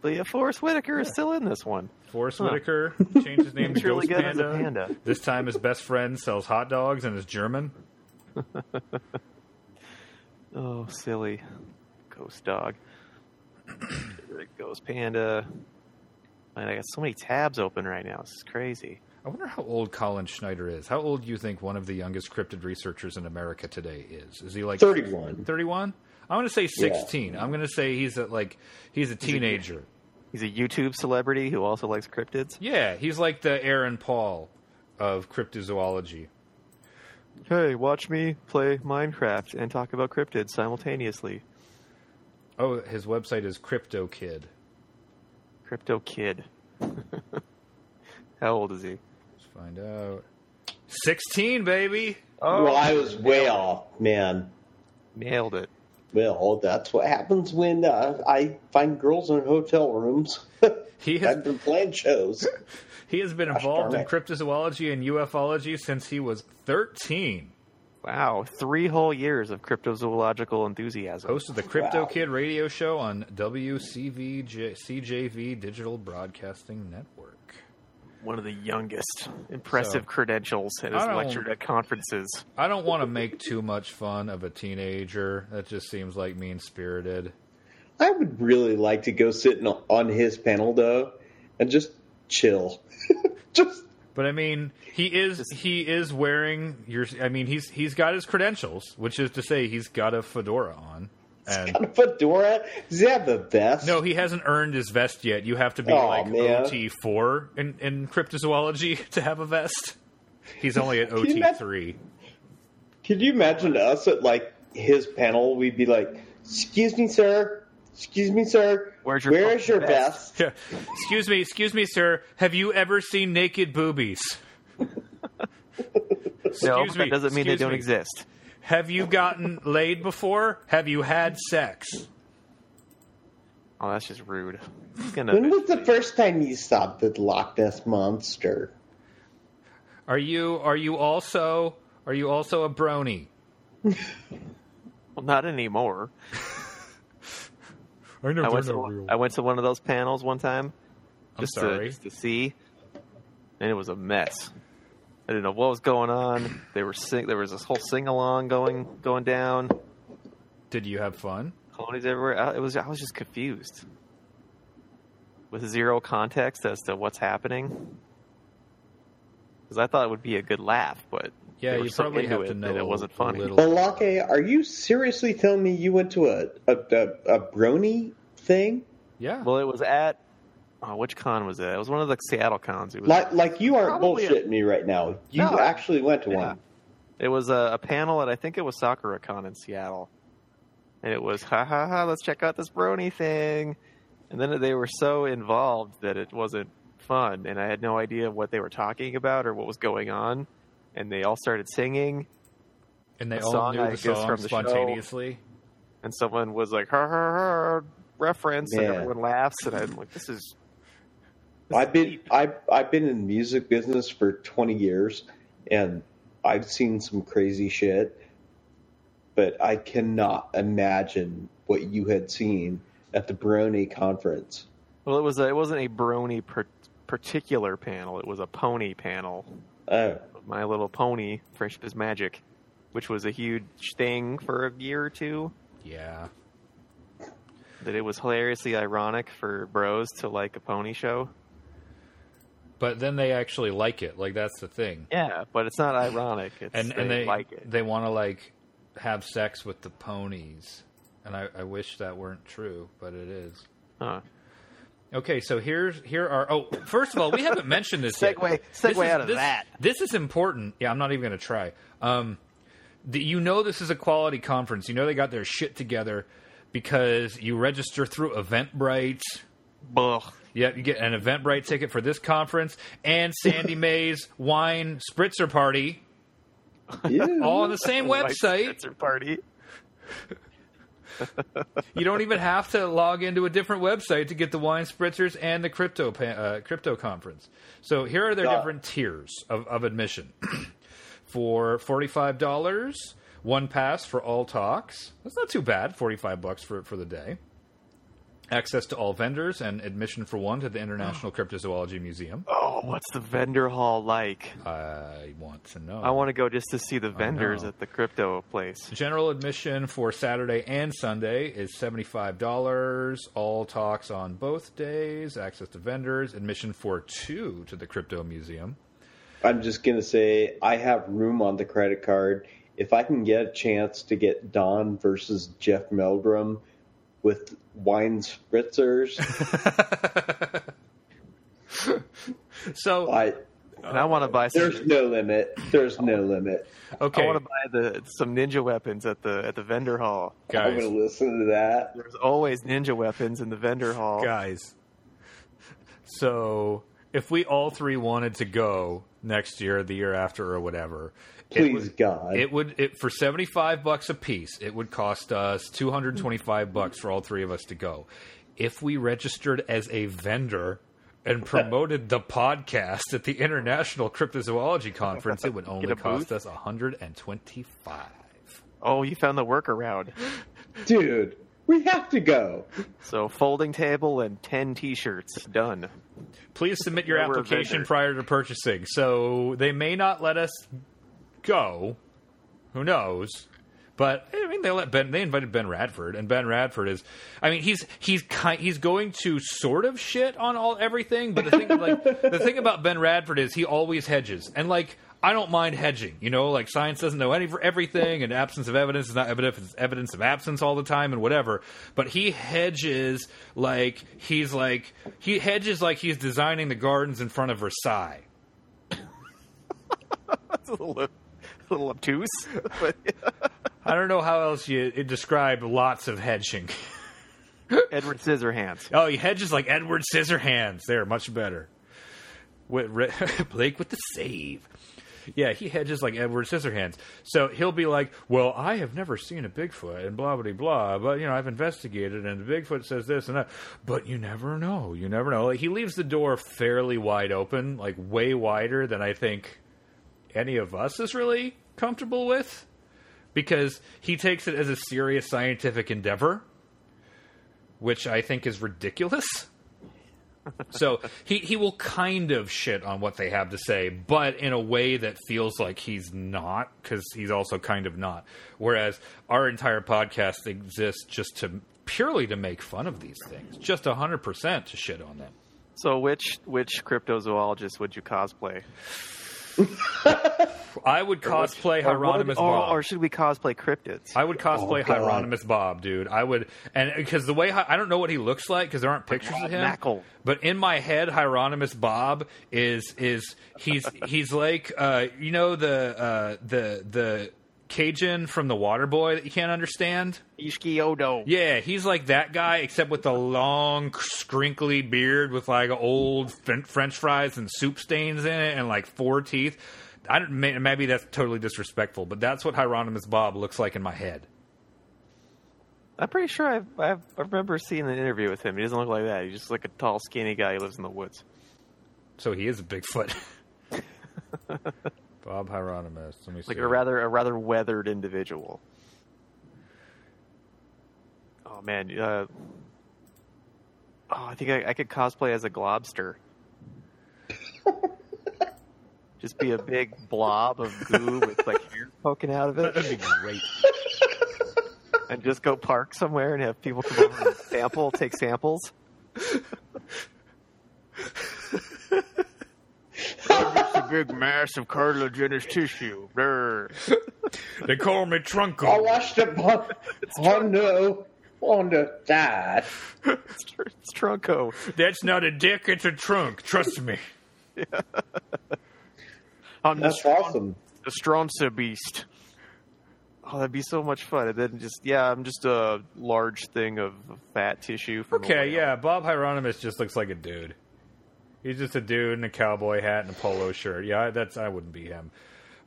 S3: Leah Forrest Whitaker is still in this one.
S2: Forrest
S3: Huh.
S2: Whitaker changed his name to
S3: He's really
S2: Ghost
S3: good as a
S2: Panda.
S3: panda.
S2: This time, his best friend sells hot dogs and is German.
S3: Oh, silly. Ghost dog. ghost panda. Man, I got so many tabs open right now. This is crazy.
S2: I wonder how old Colin Schneider is. How old do you think one of the youngest cryptid researchers in America today is? Is he like
S4: 31.
S2: 31? I'm going to say 16. I'm going to say he's a, like he's a teenager.
S3: He's a YouTube celebrity who also likes cryptids.
S2: Yeah, he's like the Aaron Paul of cryptozoology.
S3: Hey, watch me play Minecraft and talk about cryptids simultaneously.
S2: Oh, his website is Crypto Kid.
S3: Crypto Kid. [LAUGHS] How old is he?
S2: Let's find out. 16, baby.
S3: Oh.
S4: well, I was way off, man.
S3: Nailed it.
S4: Well, that's what happens when uh, I find girls in hotel rooms. [LAUGHS]
S2: He has
S4: I've been playing shows.
S2: he has been involved
S4: darn
S2: in
S4: it.
S2: cryptozoology and ufology since he was 13.
S3: Wow, three whole years of cryptozoological enthusiasm.
S2: Hosted the Crypto
S4: Wow.
S2: Kid radio show on WCVJ CJV Digital Broadcasting Network.
S3: One of the youngest. Impressive
S2: So-
S3: credentials and
S2: I
S3: has
S2: don't-
S3: lectured at conferences.
S2: I don't want to make too much fun of a teenager. That just seems like mean spirited.
S4: I would really like to go sit in, on his panel though, and just chill. [LAUGHS] just
S2: But I mean, he is he is wearing your. I mean, he's he's got his credentials, which is to say, he's got a fedora on. And
S4: a fedora. Does he have the vest?
S2: no, he hasn't earned his vest yet. You have to be
S4: Aw,
S2: like
S4: man.
S2: OT four in in cryptozoology [LAUGHS] to have a vest. He's only
S4: [LAUGHS]
S2: at
S4: you
S2: OT
S4: imagine-
S2: three. [LAUGHS]
S4: Could you imagine us at like his panel? We'd be like, "Excuse me, sir. Excuse me, sir.
S3: Where's your
S4: Where is
S3: fucking
S4: your
S3: vest?"
S4: vest?
S2: Yeah. Excuse me, excuse me, sir. Have you ever seen naked boobies?
S3: no,
S2: Excuse me,
S3: that doesn't mean they
S2: excuse
S3: don't
S2: me.
S3: exist.
S2: Have you gotten laid before? Have you had sex?
S3: Oh, that's just rude. He's gonna-
S4: When [LAUGHS] was the first time you saw the Loch Ness monster?
S2: Are you are you also are you also a brony?
S3: well, not anymore.
S2: I know
S3: I went, to, I went to one of those panels one time
S2: am
S3: just, To,
S2: sorry.
S3: just to see, and it was a mess. I didn't know what was going on. They were sing- there was this whole sing along going going down.
S2: Did you have fun?
S3: Colonies everywhere. I, it was I was just confused with zero context as to what's happening. Because I thought it would be a good laugh, but
S2: Yeah,
S3: they were
S2: you
S3: so
S2: probably
S3: into
S2: have
S3: it
S2: to know.
S3: that it wasn't funny.
S2: A little.
S4: Balake, are you seriously telling me you went to a a, a, a brony thing?
S2: Yeah.
S3: Well, it was at oh, which con was it? It was one of the Seattle cons. It was
S4: Like like you aren't
S3: Probably a-
S4: bullshitting me right now. You
S3: No, I-
S4: actually went to
S3: Yeah.
S4: one.
S3: It was a, a panel at I think it was SakuraCon in Seattle, and it was ha ha ha. Let's check out this brony thing, and then they were so involved that it wasn't fun, and I had no idea what they were talking about or what was going on, and they all started singing,
S2: and they
S3: a
S2: all
S3: song
S2: knew
S3: I
S2: the
S3: guess
S2: song
S3: from the show.
S2: spontaneously.
S3: and someone was like ha ha ha reference, and
S4: Yeah.
S3: everyone laughs, and I'm like, this is
S4: I've been I I've been in the music business for 20 years and I've seen some crazy shit but I cannot imagine what you had seen at the Brony conference.
S3: well, it was a, it wasn't a brony per- particular panel, it was a pony panel. [LAUGHS]
S4: Oh,
S3: My Little Pony, Friendship is Magic, which was a huge thing for a year or two.
S2: Yeah.
S3: that it was hilariously ironic for bros to like a pony show.
S2: But then they actually like it. Like that's the thing.
S3: Yeah, but it's not ironic. It's,
S2: and
S3: they
S2: and they
S3: like it.
S2: they want to like have sex with the ponies. And I, I wish that weren't true, but it is.
S3: Huh.
S2: Okay, so here's here are oh first of all we haven't mentioned this yet.
S3: [LAUGHS] Segue-
S2: This
S3: segue
S2: is-
S3: out of
S2: this-
S3: that.
S2: This is important. Yeah, I'm not even going to try. Um, the, you know this is a quality conference. You know they got their shit together because you register through Eventbrite.
S3: Ugh.
S2: Yep, you get an Eventbrite ticket for this conference and
S3: [LAUGHS]
S2: Sandy May's wine spritzer party all on the
S3: Oh
S2: same website.
S3: It's a party.
S2: You don't even have to log into a different website to get the wine spritzers and the crypto pa- uh, crypto conference. So here are their
S4: Yeah.
S2: different tiers of, of admission. [CLEARS THROAT] for forty five dollars, one pass for all talks. That's not too bad. Forty five bucks for for the day. Access to all vendors and admission for one to the International Cryptozoology Museum.
S3: Oh, what's the vendor hall like?
S2: I want to know.
S3: I want to go just to see the vendors
S2: Uh, know.
S3: at the crypto place.
S2: General admission for Saturday and Sunday is $75. All talks on both days, access to vendors, admission for two to the Crypto Museum.
S4: I'm just gonna say I have room on the credit card. If I can get a chance to get Don versus Jeff Meldrum with wine
S2: [LAUGHS]
S4: spritzers,
S2: So,
S4: I
S2: Uh,
S3: And I want to buy some.
S4: there's no limit. There's no limit.
S2: okay,
S3: I want to buy the some ninja weapons at the at the vendor hall.
S4: I'm
S2: guys,
S4: gonna listen to that.
S3: There's always ninja weapons in the vendor hall.
S2: guys. So, if we all three wanted to go next year, the year after, or whatever,
S4: Please
S2: it would,
S4: God.
S2: it would it for 75 bucks a piece it would cost us 225 bucks for all three of us to go if we registered as a vendor [LAUGHS] and promoted the podcast at the international cryptozoology conference it would only
S3: a
S2: cost
S3: booth?
S2: us 125
S3: Oh, you found the workaround.
S4: Dude, we have to go.
S3: So folding table and ten t-shirts. Done.
S2: please submit your
S3: We're a
S2: application
S3: vendor.
S2: prior to purchasing so they may not let us go who knows but I mean, they let Ben. They invited Ben Radford, and Ben Radford is. I mean, he's he's kind. He's going to sort of shit on all everything. But the thing, like the thing about Ben Radford is he always hedges, and like I don't mind hedging. You know, like science doesn't know any everything, and absence of evidence is not evidence evidence of absence all the time, and whatever. But he hedges like he's like he hedges like he's designing the gardens in front of Versailles.
S3: That's a little, a little obtuse. But
S2: I don't know how else you it describe lots of hedging.
S3: Edward Scissorhands.
S2: Oh, he hedges like Edward Scissorhands. There, much better. With, re, [LAUGHS] Blake with the save. Yeah, he hedges like Edward Scissorhands. So he'll be like, "Well, I have never seen a Bigfoot," and blah blah blah. But you know, I've investigated, and the Bigfoot says this and that. But you never know. You never know. Like, he leaves the door fairly wide open, like way wider than I think any of us is really comfortable with, because he takes it as a serious scientific endeavor which I think is ridiculous. so he, he will kind of shit on what they have to say, but in a way that feels like he's not, because he's also kind of not. Whereas our entire podcast exists just to purely to make fun of these things, just 100% to shit on them.
S3: So which which cryptozoologist would you cosplay?
S2: I would cosplay Hieronymus
S3: or,
S2: Bob.
S3: or should we cosplay cryptids?
S2: I would cosplay
S4: God.
S2: Hieronymus Bob, dude. I would, and because the way Hi- I don't know what he looks like because there aren't pictures of him.
S3: Knuckle.
S2: But in my head, Hieronymus Bob is is he's he's like uh, you know the uh, the the Cajun from the Water Boy that you can't understand.
S3: Ishiki Odo.
S2: Yeah, he's like that guy, except with the long, scrinkly beard with like old fen- French fries and soup stains in it, and like four teeth. I don't. may- Maybe that's totally disrespectful, but that's what Hieronymus Bob looks like in my head.
S3: I'm pretty sure I've, I've, I remember seeing an interview with him. He doesn't look like that. He's just like a tall, skinny guy who lives in the woods.
S2: So he is a Bigfoot. [LAUGHS] Bob Hieronymus. Let me see.
S3: Like a rather a rather weathered individual. Oh man, uh, oh, I think I, I could cosplay as a globster. just be a big blob of goo with like hair poking out of it.
S2: That'd be great.
S3: and just go park somewhere and have people come over and sample, take samples.
S5: It's a [LAUGHS] big mass of cartilaginous tissue. Brr.
S2: They call me Trunko.
S4: I watched a bun- Hondo on the side.
S3: It's, tr- it's
S5: Oh.
S3: Trunco.
S2: That's not a dick, it's a trunk. Trust me.
S5: On the,
S4: That's awesome.
S5: the Stronza beast.
S3: Oh, that'd be so much fun. And then just yeah, I'm just a large thing of fat tissue. From a
S2: Okay,
S3: whale.
S2: yeah, Bob Hieronymus just looks like a dude. He's just a dude in a cowboy hat and a polo shirt. Yeah, I- that's I wouldn't be him.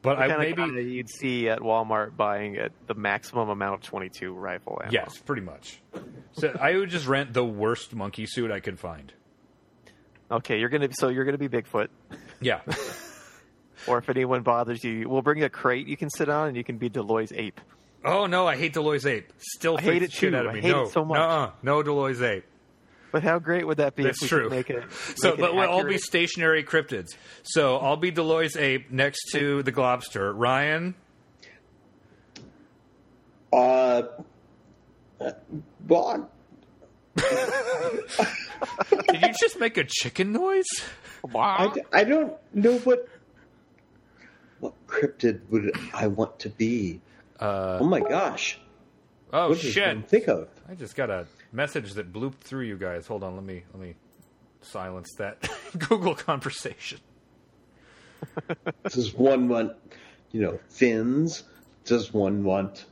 S2: But I
S3: Kind
S2: maybe
S3: of gun that you'd see at Walmart buying at the maximum amount of 22 rifle ammo.
S2: yes, pretty much. So I would just rent the worst monkey suit I could find.
S3: Okay, you're gonna so you're gonna be Bigfoot.
S2: Yeah.
S3: Or if anyone bothers you, we'll bring you a crate you can sit on, and you can be Deloy's ape.
S2: Oh no, I hate Deloy's ape. Still
S3: I hate
S2: freaks
S3: it
S2: the shit
S3: too.
S2: out of
S3: I
S2: me.
S3: hate
S2: no,
S3: it so much.
S2: nuh-uh. no Deloy's ape.
S3: But how great would that be?
S2: That's
S3: if we
S2: true.
S3: Could make it
S2: So,
S3: make it
S2: but we'll all be
S3: accurate?
S2: stationary cryptids. So I'll be Deloy's ape next to the globster. Ryan,
S4: Uh, well,
S2: did you just make a chicken noise?
S4: I, I don't know what what cryptid would I want to be. Uh, oh my gosh!
S2: Oh
S4: What does one
S2: shit!
S4: think of?
S2: I just got a message that blooped through you guys. Hold on, let me let me silence that [LAUGHS] Google conversation.
S4: Does one want, you know, fins? Does one want,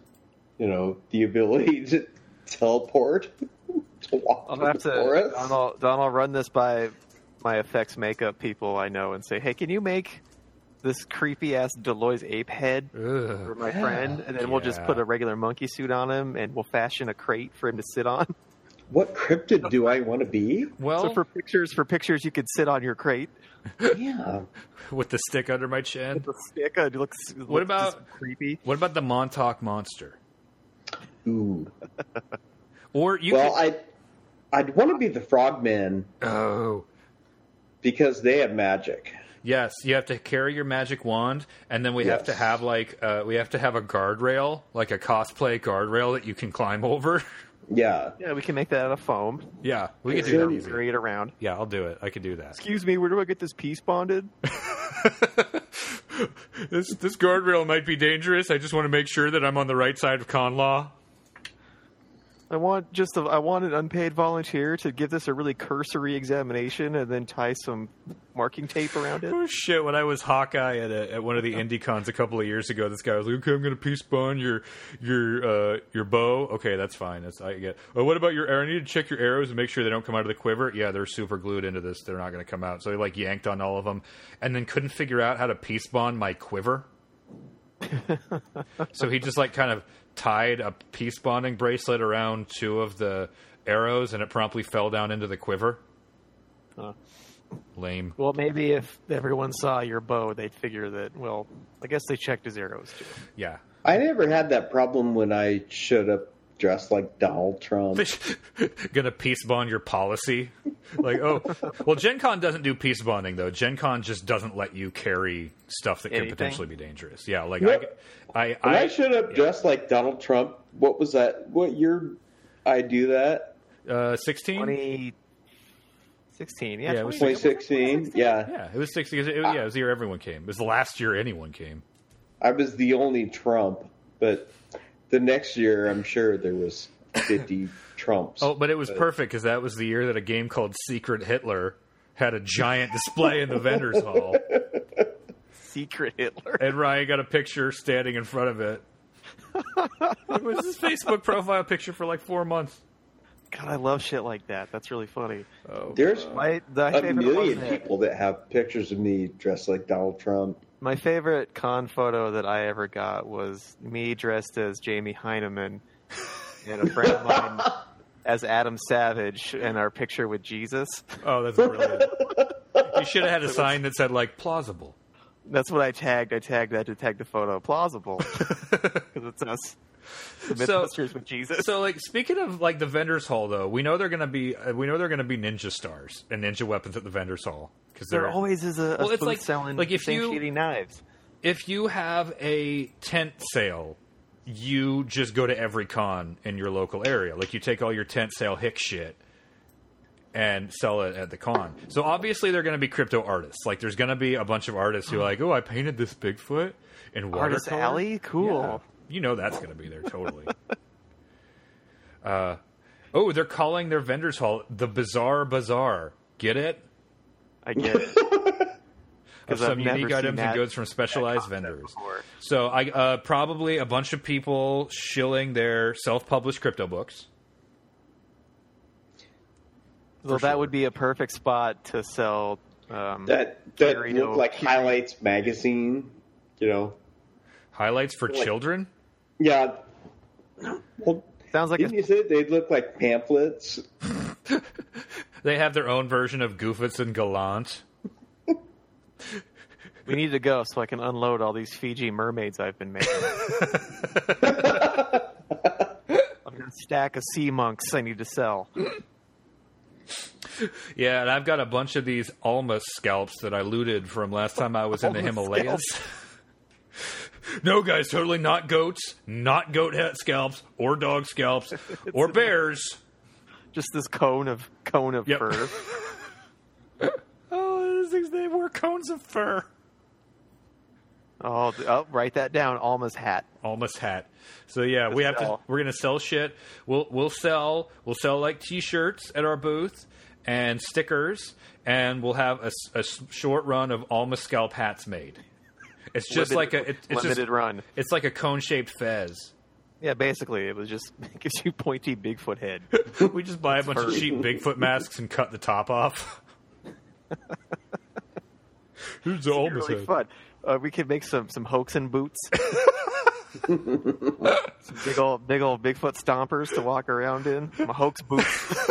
S4: you know, the ability to teleport? to walk
S3: I'll
S4: through
S3: have
S4: the
S3: to
S4: forest?
S3: Donald, Donald run this by my effects makeup people I know and say, hey, can you make this creepy ass Deloy's ape head for
S2: Ugh.
S3: my friend? And then we'll just
S2: Yeah.
S3: put a regular monkey suit on him and we'll fashion a crate for him to sit on. [LAUGHS]
S4: What cryptid do I want to be?
S2: Well,
S3: So for pictures, for pictures, you could sit on your crate.
S4: Yeah.
S2: with the stick under my chin.
S3: The stick uh, it looks. it looks
S2: What about-
S3: just creepy?
S2: What about the Montauk monster?
S4: Ooh.
S2: Or you
S4: Well,
S2: could,
S4: I I'd want to be the frogman
S2: oh
S4: because they have magic.
S2: yes, you have to carry your magic wand, and then we have to
S4: Yes.
S2: have like uh, we have to have a guardrail, like a cosplay guardrail that you can climb [LAUGHS] over.
S4: Yeah.
S3: Yeah, we can make that out of foam.
S2: yeah, we could do
S4: Sure.
S2: that easy.
S3: Carry it around.
S2: Yeah, I'll do it. I could do that.
S3: Excuse me, where do I get this piece bonded?
S2: this this guardrail might be dangerous. I just want to make sure that I'm on the right side of con law.
S3: I want just a, I want an unpaid volunteer to give this a really cursory examination and then tie some marking tape around it.
S2: Oh shit! When I was Hawkeye at a, at one of the IndieCons a couple of years ago, this guy was like, "Okay, I'm going to piece bond your your uh, your bow. Okay, that's fine. That's I get. Oh, what about your arrow? I need to check your arrows and make sure they don't come out of the quiver. Yeah, they're super glued into this. They're not going to come out. So he like yanked on all of them, and then couldn't figure out how to piece bond my quiver. so he just like kind of tied a piece bonding bracelet around two of the arrows, and it promptly fell down into the quiver. Lame.
S3: Well, maybe if everyone saw your bow, they'd figure that. Well, I guess they checked his arrows too.
S2: Yeah.
S4: I never had that problem when I showed up dressed like Donald Trump.
S2: [LAUGHS] gonna peace bond your policy like oh well gen con doesn't do peace bonding though gen con just doesn't let you carry stuff that
S3: Anything?
S2: could potentially be dangerous yeah like
S4: Yep.
S2: i i,
S4: When
S2: I,
S4: I showed up dressed like Donald Trump, what was that? What year I do that?
S2: uh 16
S3: Twenty sixteen, yeah,
S2: Yeah, it was
S3: 20.
S4: 2016? Yeah.
S2: yeah it was 60 it, yeah it was the year everyone came it was the last year anyone came
S4: I was the only Trump, but the next year I'm sure there was
S3: [LAUGHS]
S4: 50 Trumps.
S2: oh but it was perfect because that was the year that a game called secret hitler had a giant display in the vendors hall
S3: secret Hitler.
S2: and Ryan got a picture standing in front of it. it was his Facebook profile picture for like four months.
S3: God, I love shit like that. That's really funny.
S2: Oh.
S4: There's
S3: My, the, my
S4: a
S3: favorite
S4: million
S3: one-
S4: people that have pictures of me dressed like Donald Trump.
S3: My favorite con photo that I ever got was me dressed as Jamie Heineman and a friend of
S2: [LAUGHS]
S3: mine as Adam Savage and our picture with Jesus.
S2: Oh,
S3: [LAUGHS]
S2: that's brilliant. you should have had a sign that said like plausible.
S3: That's what I tagged. I tagged that to tag the photo
S2: [LAUGHS]
S3: plausible because it's us. The
S2: So-
S3: Mythbusters with Jesus.
S2: So, like speaking of like the vendors hall, though, we know they're gonna be uh, we know they're gonna be ninja stars and ninja weapons at the vendors hall because
S3: there
S2: they're
S3: always is a, a
S2: Well, it's
S3: booth
S2: like-
S3: selling
S2: like if you-
S3: shitty knives.
S2: if you have a tent sale you just go to every con in your local area. Like you take all your tent sale hick shit and sell it at the con. So obviously they're going to be crypto artists. Like there's going to be a bunch of artists who are like, oh, I painted this Bigfoot in watercolor.
S3: Uh-huh. Artist Alley?
S2: Yeah.
S3: Cool.
S2: You know that's going to be there totally. [LAUGHS] uh, oh, they're calling their vendors hall the Bizarre Bazaar. Get it?
S3: I
S2: [LAUGHS]
S3: get it. 'Cause
S2: Of
S3: I've
S2: some
S3: never
S2: unique
S3: seen
S2: items
S3: that.
S2: and goods from specialized vendors. So I uh, probably a bunch of people shilling their self-published crypto books.
S3: Well, that would be a perfect spot to sell. Um,
S4: That that
S3: Kirito-
S4: looked like highlights magazine, you know.
S2: Highlights for children.
S4: Yeah. Well,
S3: sounds like
S4: didn't
S3: a,
S4: you say they look like pamphlets?
S2: They have their own version of Goofus and Gallant.
S3: we need to go so I can unload all these Fiji mermaids I've been making. I've got a stack of sea monks I need to sell.
S2: Yeah, and I've got a bunch of these Alma scalps that I looted from last time I was in the
S3: Alma
S2: Himalayas. [LAUGHS] no, guys, totally not goats, not goat head scalps, or dog [LAUGHS] scalps, or bears.
S3: Just this cone of cone of
S2: Yep.
S3: fur.
S2: Oh, these things, they were cones of fur.
S3: Oh, th- oh, write that down. Alma's hat.
S2: Alma's hat. So yeah, we have to.
S3: sell.
S2: We're gonna sell shit. We'll we'll sell we'll sell like t-shirts at our booth and stickers, and we'll have a, s- a s- short run of Alma scalp hats made. It's just
S3: Limited-
S2: like a it, it's
S3: limited
S2: just,
S3: run.
S2: It's like a cone shaped fez.
S3: Yeah, basically, it was just [LAUGHS] it gives you pointy Bigfoot
S2: [LAUGHS]
S3: head.
S2: We just buy a bunch of cheap Bigfoot masks and cut the top off. Who's Alma
S3: really
S2: head?
S3: fun. Uh, we could make some some hoaxing
S2: [LAUGHS]
S3: boots. some big old big old Bigfoot stompers to walk around in. Some hoax boots.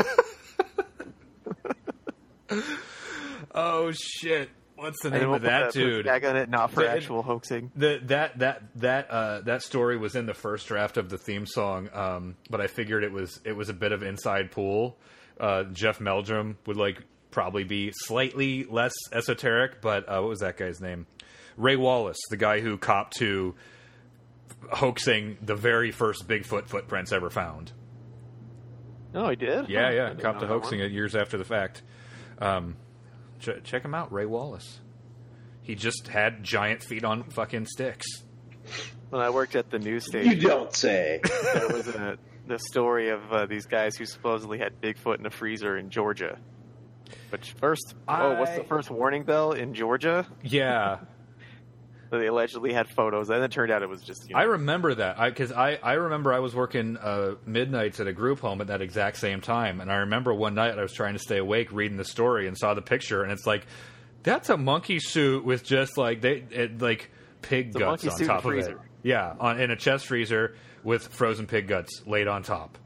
S2: Oh shit! What's the
S3: And
S2: name
S3: we'll
S2: of
S3: put
S2: that
S3: a blue
S2: dude?
S3: tag on it, not for
S2: Dude.
S3: actual hoaxing.
S2: the that that that uh, that story was in the first draft of the theme song, um, but I figured it was it was a bit of inside pool. Uh, Jeff Meldrum would like probably be slightly less esoteric, but uh, what was that guy's name? Ray Wallace, the guy who copped to hoaxing the very first Bigfoot footprints ever found.
S3: No, I did.
S2: Yeah,
S3: Huh, Oh, I
S2: yeah,
S3: didn't
S2: copped
S3: know
S2: to
S3: that
S2: hoaxing
S3: one.
S2: it years after the fact. Um, ch- check him out, Ray Wallace. He just had giant feet on fucking sticks.
S3: When I worked at the news
S4: You
S3: station,
S4: don't
S3: [LAUGHS]
S4: say.
S3: there was a, the story of uh, these guys who supposedly had Bigfoot in a freezer in Georgia. Which first, oh, what's the
S2: I-
S3: first warning bell in Georgia?
S2: [LAUGHS] Yeah,
S3: They allegedly had photos, and it turned out it was just. You know,
S2: I remember that because I, I, remember I was working uh, midnights at a group home at that exact same time, and I remember one night I was trying to stay awake reading the story and saw the picture, and it's like that's a monkey suit with just like they it, like pig
S3: a
S2: guts
S3: monkey
S2: on
S3: suit in a
S2: top of it,
S3: freezer.
S2: yeah, on, in a chest freezer with frozen pig guts laid on top.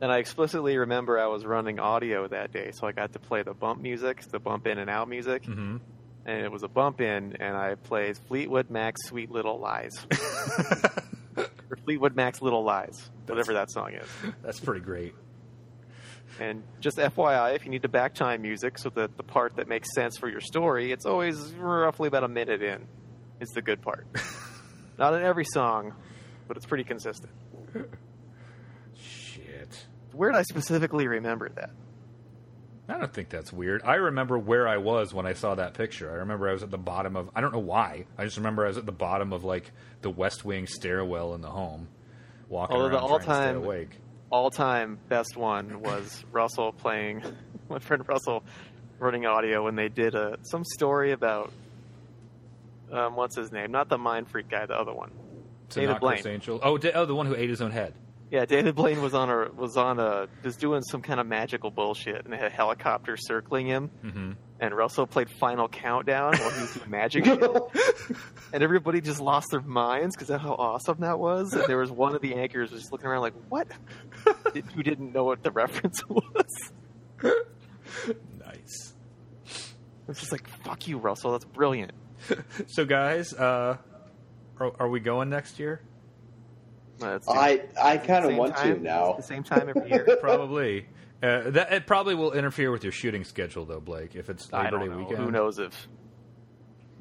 S3: And I explicitly remember I was running audio that day, so I got to play the bump music, the bump in and out music. Mm-hmm. And it was a bump in, and I played Fleetwood Mac's Sweet Little Lies. or Fleetwood Mac's Little Lies, whatever that song is.
S2: That's pretty great.
S3: And just FYI, if you need to back time music so that the part that makes sense for your story, it's always roughly about a minute in, is the good part. Not in every song, but it's pretty consistent.
S2: Shit.
S3: Where did I specifically remember that?
S2: I don't think that's weird. I remember where I was when I saw that picture. I remember I was at the bottom of I don't know why. I just remember I was at the bottom of like the West Wing stairwell in the home, walking
S3: Although
S2: around
S3: the
S2: trying to
S3: all-time-
S2: stay awake.
S3: all time best one was Russell playing [LAUGHS] my friend Russell running audio when they did a some story about um, what's his name? Not the mind freak guy, the other one.
S2: To
S3: David
S2: not
S3: Blaine.
S2: Chris Angel. Oh, da- oh, the one who ate his own head.
S3: Yeah, David Blaine was on a was on a was doing some kind of magical bullshit and they had a helicopter circling him and Russell played Final Countdown while he was doing magic shit. and everybody just lost their minds because of how awesome that was. And there was one of the anchors was just looking around like, "What?" Did- Who didn't know what the reference [LAUGHS] was?
S2: Nice.
S3: It's just like, "Fuck you, Russell. That's brilliant."
S2: So guys, uh, are, are we going next year?
S3: No, it's the
S4: I I kind of
S3: same
S4: want
S3: time-
S4: to now.
S3: it's The same time every
S2: [LAUGHS]
S4: [LAUGHS]
S3: year.
S2: Probably. Uh, that it probably will interfere with your shooting schedule though, Blake. If it's Labor
S3: I don't
S2: Day
S3: know.
S2: weekend,
S3: Who knows if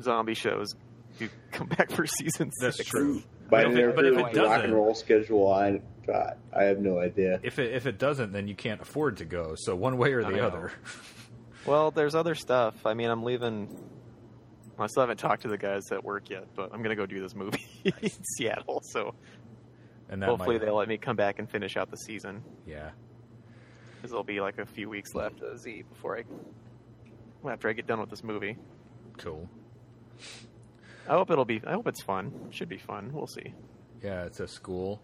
S3: zombie shows do come [LAUGHS] back for season
S2: That's
S3: six?
S2: true.
S4: By
S2: But if it-
S4: their
S2: but if it
S4: rock and
S2: doesn't-
S4: roll schedule, I, I I have no idea.
S2: If it if it doesn't, then you can't afford to go. So one way or
S3: I
S2: the
S3: know.
S2: other.
S3: Well, there's other stuff. I mean, I'm leaving. I still haven't talked to the guys at work yet, but I'm gonna go do this movie [LAUGHS] in Seattle. So
S2: And that
S3: hopefully
S2: might,
S3: they'll let me come back and finish out the season.
S2: yeah.
S3: Because there'll be like a few weeks left of Z before I well, after I get done with this movie.
S2: Cool.
S3: I hope it'll be. I hope it's fun. Should be fun. We'll see.
S2: Yeah, it's a school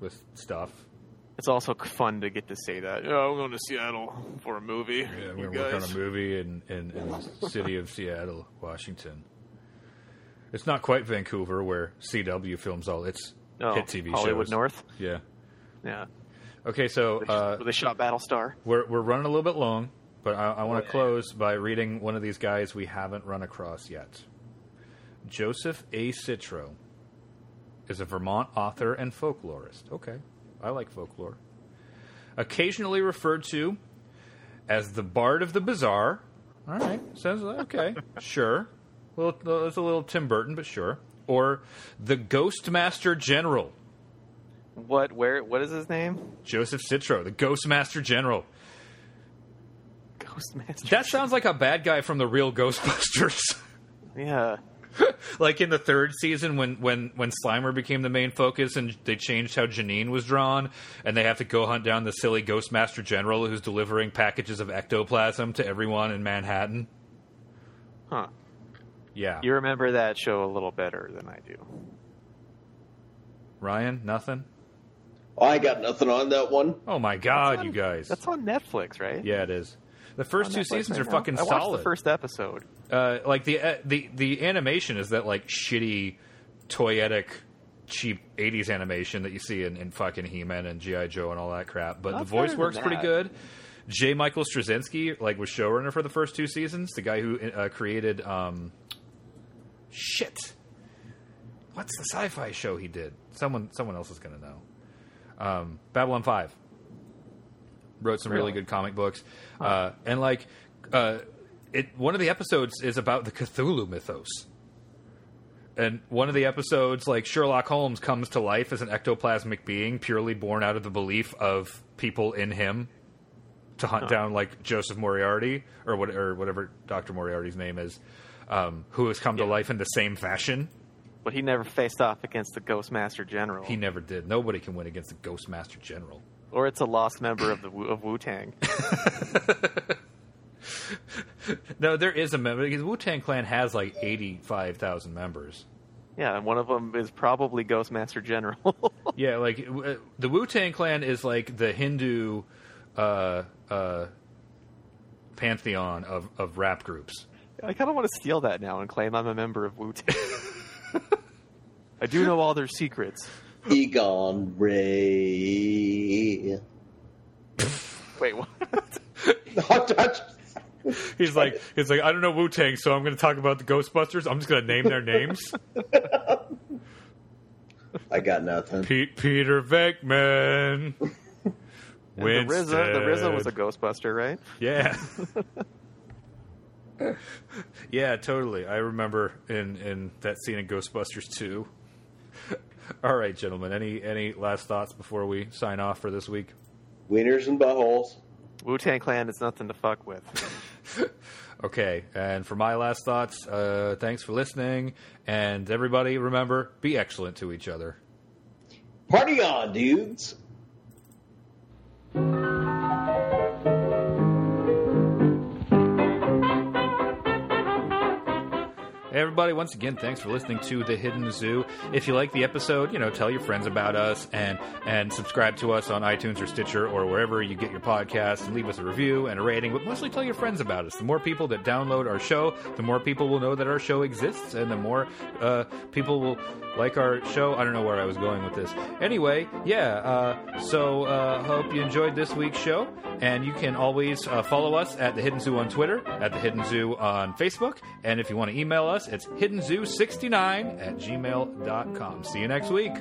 S2: with stuff.
S3: It's also c- fun to get to say that.
S5: Yeah, I'm going to Seattle for a movie.
S2: Yeah,
S5: you
S2: we're gonna work on
S5: guys.
S2: a movie in, in, in the city of Seattle, Washington. It's not quite Vancouver where CW films all its
S3: Oh,
S2: hit TV
S3: Hollywood
S2: shows.
S3: North.
S2: Yeah.
S3: Yeah,
S2: Okay, so
S3: they,
S2: uh,
S3: they shot Battlestar.
S2: we're we're running a little bit long, but I, I want to close by reading one of these guys we haven't run across yet. Joseph A. Citro is a Vermont author and folklorist. Okay, I like folklore. Occasionally referred to as the Bard of the Bazaar. All right, sounds okay. sure, well, it's a little Tim Burton, but sure. Or the Ghost Master General.
S3: What? Where? What is his name?
S2: Joseph Citro, the Ghost Master General.
S3: Ghostmaster. [LAUGHS]
S2: That sounds like a bad guy from the real Ghostbusters. [LAUGHS]
S3: Yeah.
S2: like in the third season when, when, when Slimer became the main focus and they changed how Janine was drawn and they have to go hunt down the silly Ghostmaster General who's delivering packages of ectoplasm to everyone in Manhattan.
S3: Huh.
S2: Yeah.
S3: You remember that show a little better than I do.
S2: Ryan, nothing?
S4: Oh, I got nothing on that one.
S2: Oh my god, you guys.
S3: That's on Netflix, right?
S2: yeah, it is. The first
S3: On
S2: two
S3: Netflix
S2: seasons
S3: right
S2: are
S3: now.
S2: fucking
S3: I watched
S2: solid.
S3: the first episode.
S2: uh, like the uh, the the animation is that like shitty, toyetic, cheap '80s animation that you see in, in fucking He-Man and GI Joe and all that crap. But
S3: That's
S2: the voice
S3: better than
S2: works pretty
S3: that.
S2: good. J. Michael Straczynski like was showrunner for the first two seasons. The guy who uh, created um, shit. What's the sci-fi show he did? Someone someone else is gonna know. Um, Babylon Five wrote some really, good comic books, uh, and like uh, it. One of the episodes is about the Cthulhu mythos, and one of the episodes, like Sherlock Holmes, comes to life as an ectoplasmic being, purely born out of the belief of people in him to hunt down like Joseph Moriarty or what or whatever Doctor Moriarty's name is, um, who has come to life in the same fashion.
S3: But he never faced off against the Ghostmaster General,
S2: He never did. Nobody can win against the Ghostmaster General.
S3: or it's a lost member of the Wu- of Wu
S2: [LAUGHS]
S3: Tang.
S2: No, there is a member because Wu Tang Clan has like eighty five thousand members.
S3: yeah, and one of them is probably Ghostmaster General. [LAUGHS]
S2: Yeah, like w- uh, the Wu Tang Clan is like the Hindu uh, uh, pantheon of, of rap groups.
S3: I kind of want to steal that now and claim I'm a member of Wu Tang. [LAUGHS] I do know all their secrets.
S4: Egon Ray. [LAUGHS]
S3: Wait, what?
S2: He's like, he's like, I don't know Wu Tang, so I'm going to talk about the Ghostbusters. I'm just going to name their [LAUGHS] names:
S4: I got nothing.
S2: Pete, Peter Venkman,
S3: And the RZA, the RZA was a Ghostbuster, right? [LAUGHS]
S2: Yeah. yeah, totally. I remember in in that scene in Ghostbusters 2. [LAUGHS] All right, gentlemen. Any any last thoughts before we sign off for this week?
S4: Wieners and buttholes.
S3: Wu Tang Clan is nothing to fuck with.
S2: Okay. And for my last thoughts, uh thanks for listening and everybody remember be excellent to each other.
S4: Party on, dudes.
S2: Hey, everybody, once again, thanks for listening to The Hidden Zoo. If you like the episode, you know, tell your friends about us and and subscribe to us on iTunes or Stitcher or wherever you get your podcasts and leave us a review and a rating, but mostly tell your friends about us. The more people that download our show, the more people will know that our show exists and the more uh, people will like our show. I don't know where I was going with this. Anyway, yeah, uh, so uh, hope you enjoyed this week's show. And you can always uh, follow us at The Hidden Zoo on Twitter, at The Hidden Zoo on Facebook. And if you want to email us, it's hiddenzoo69 at gmail.com. See you next week.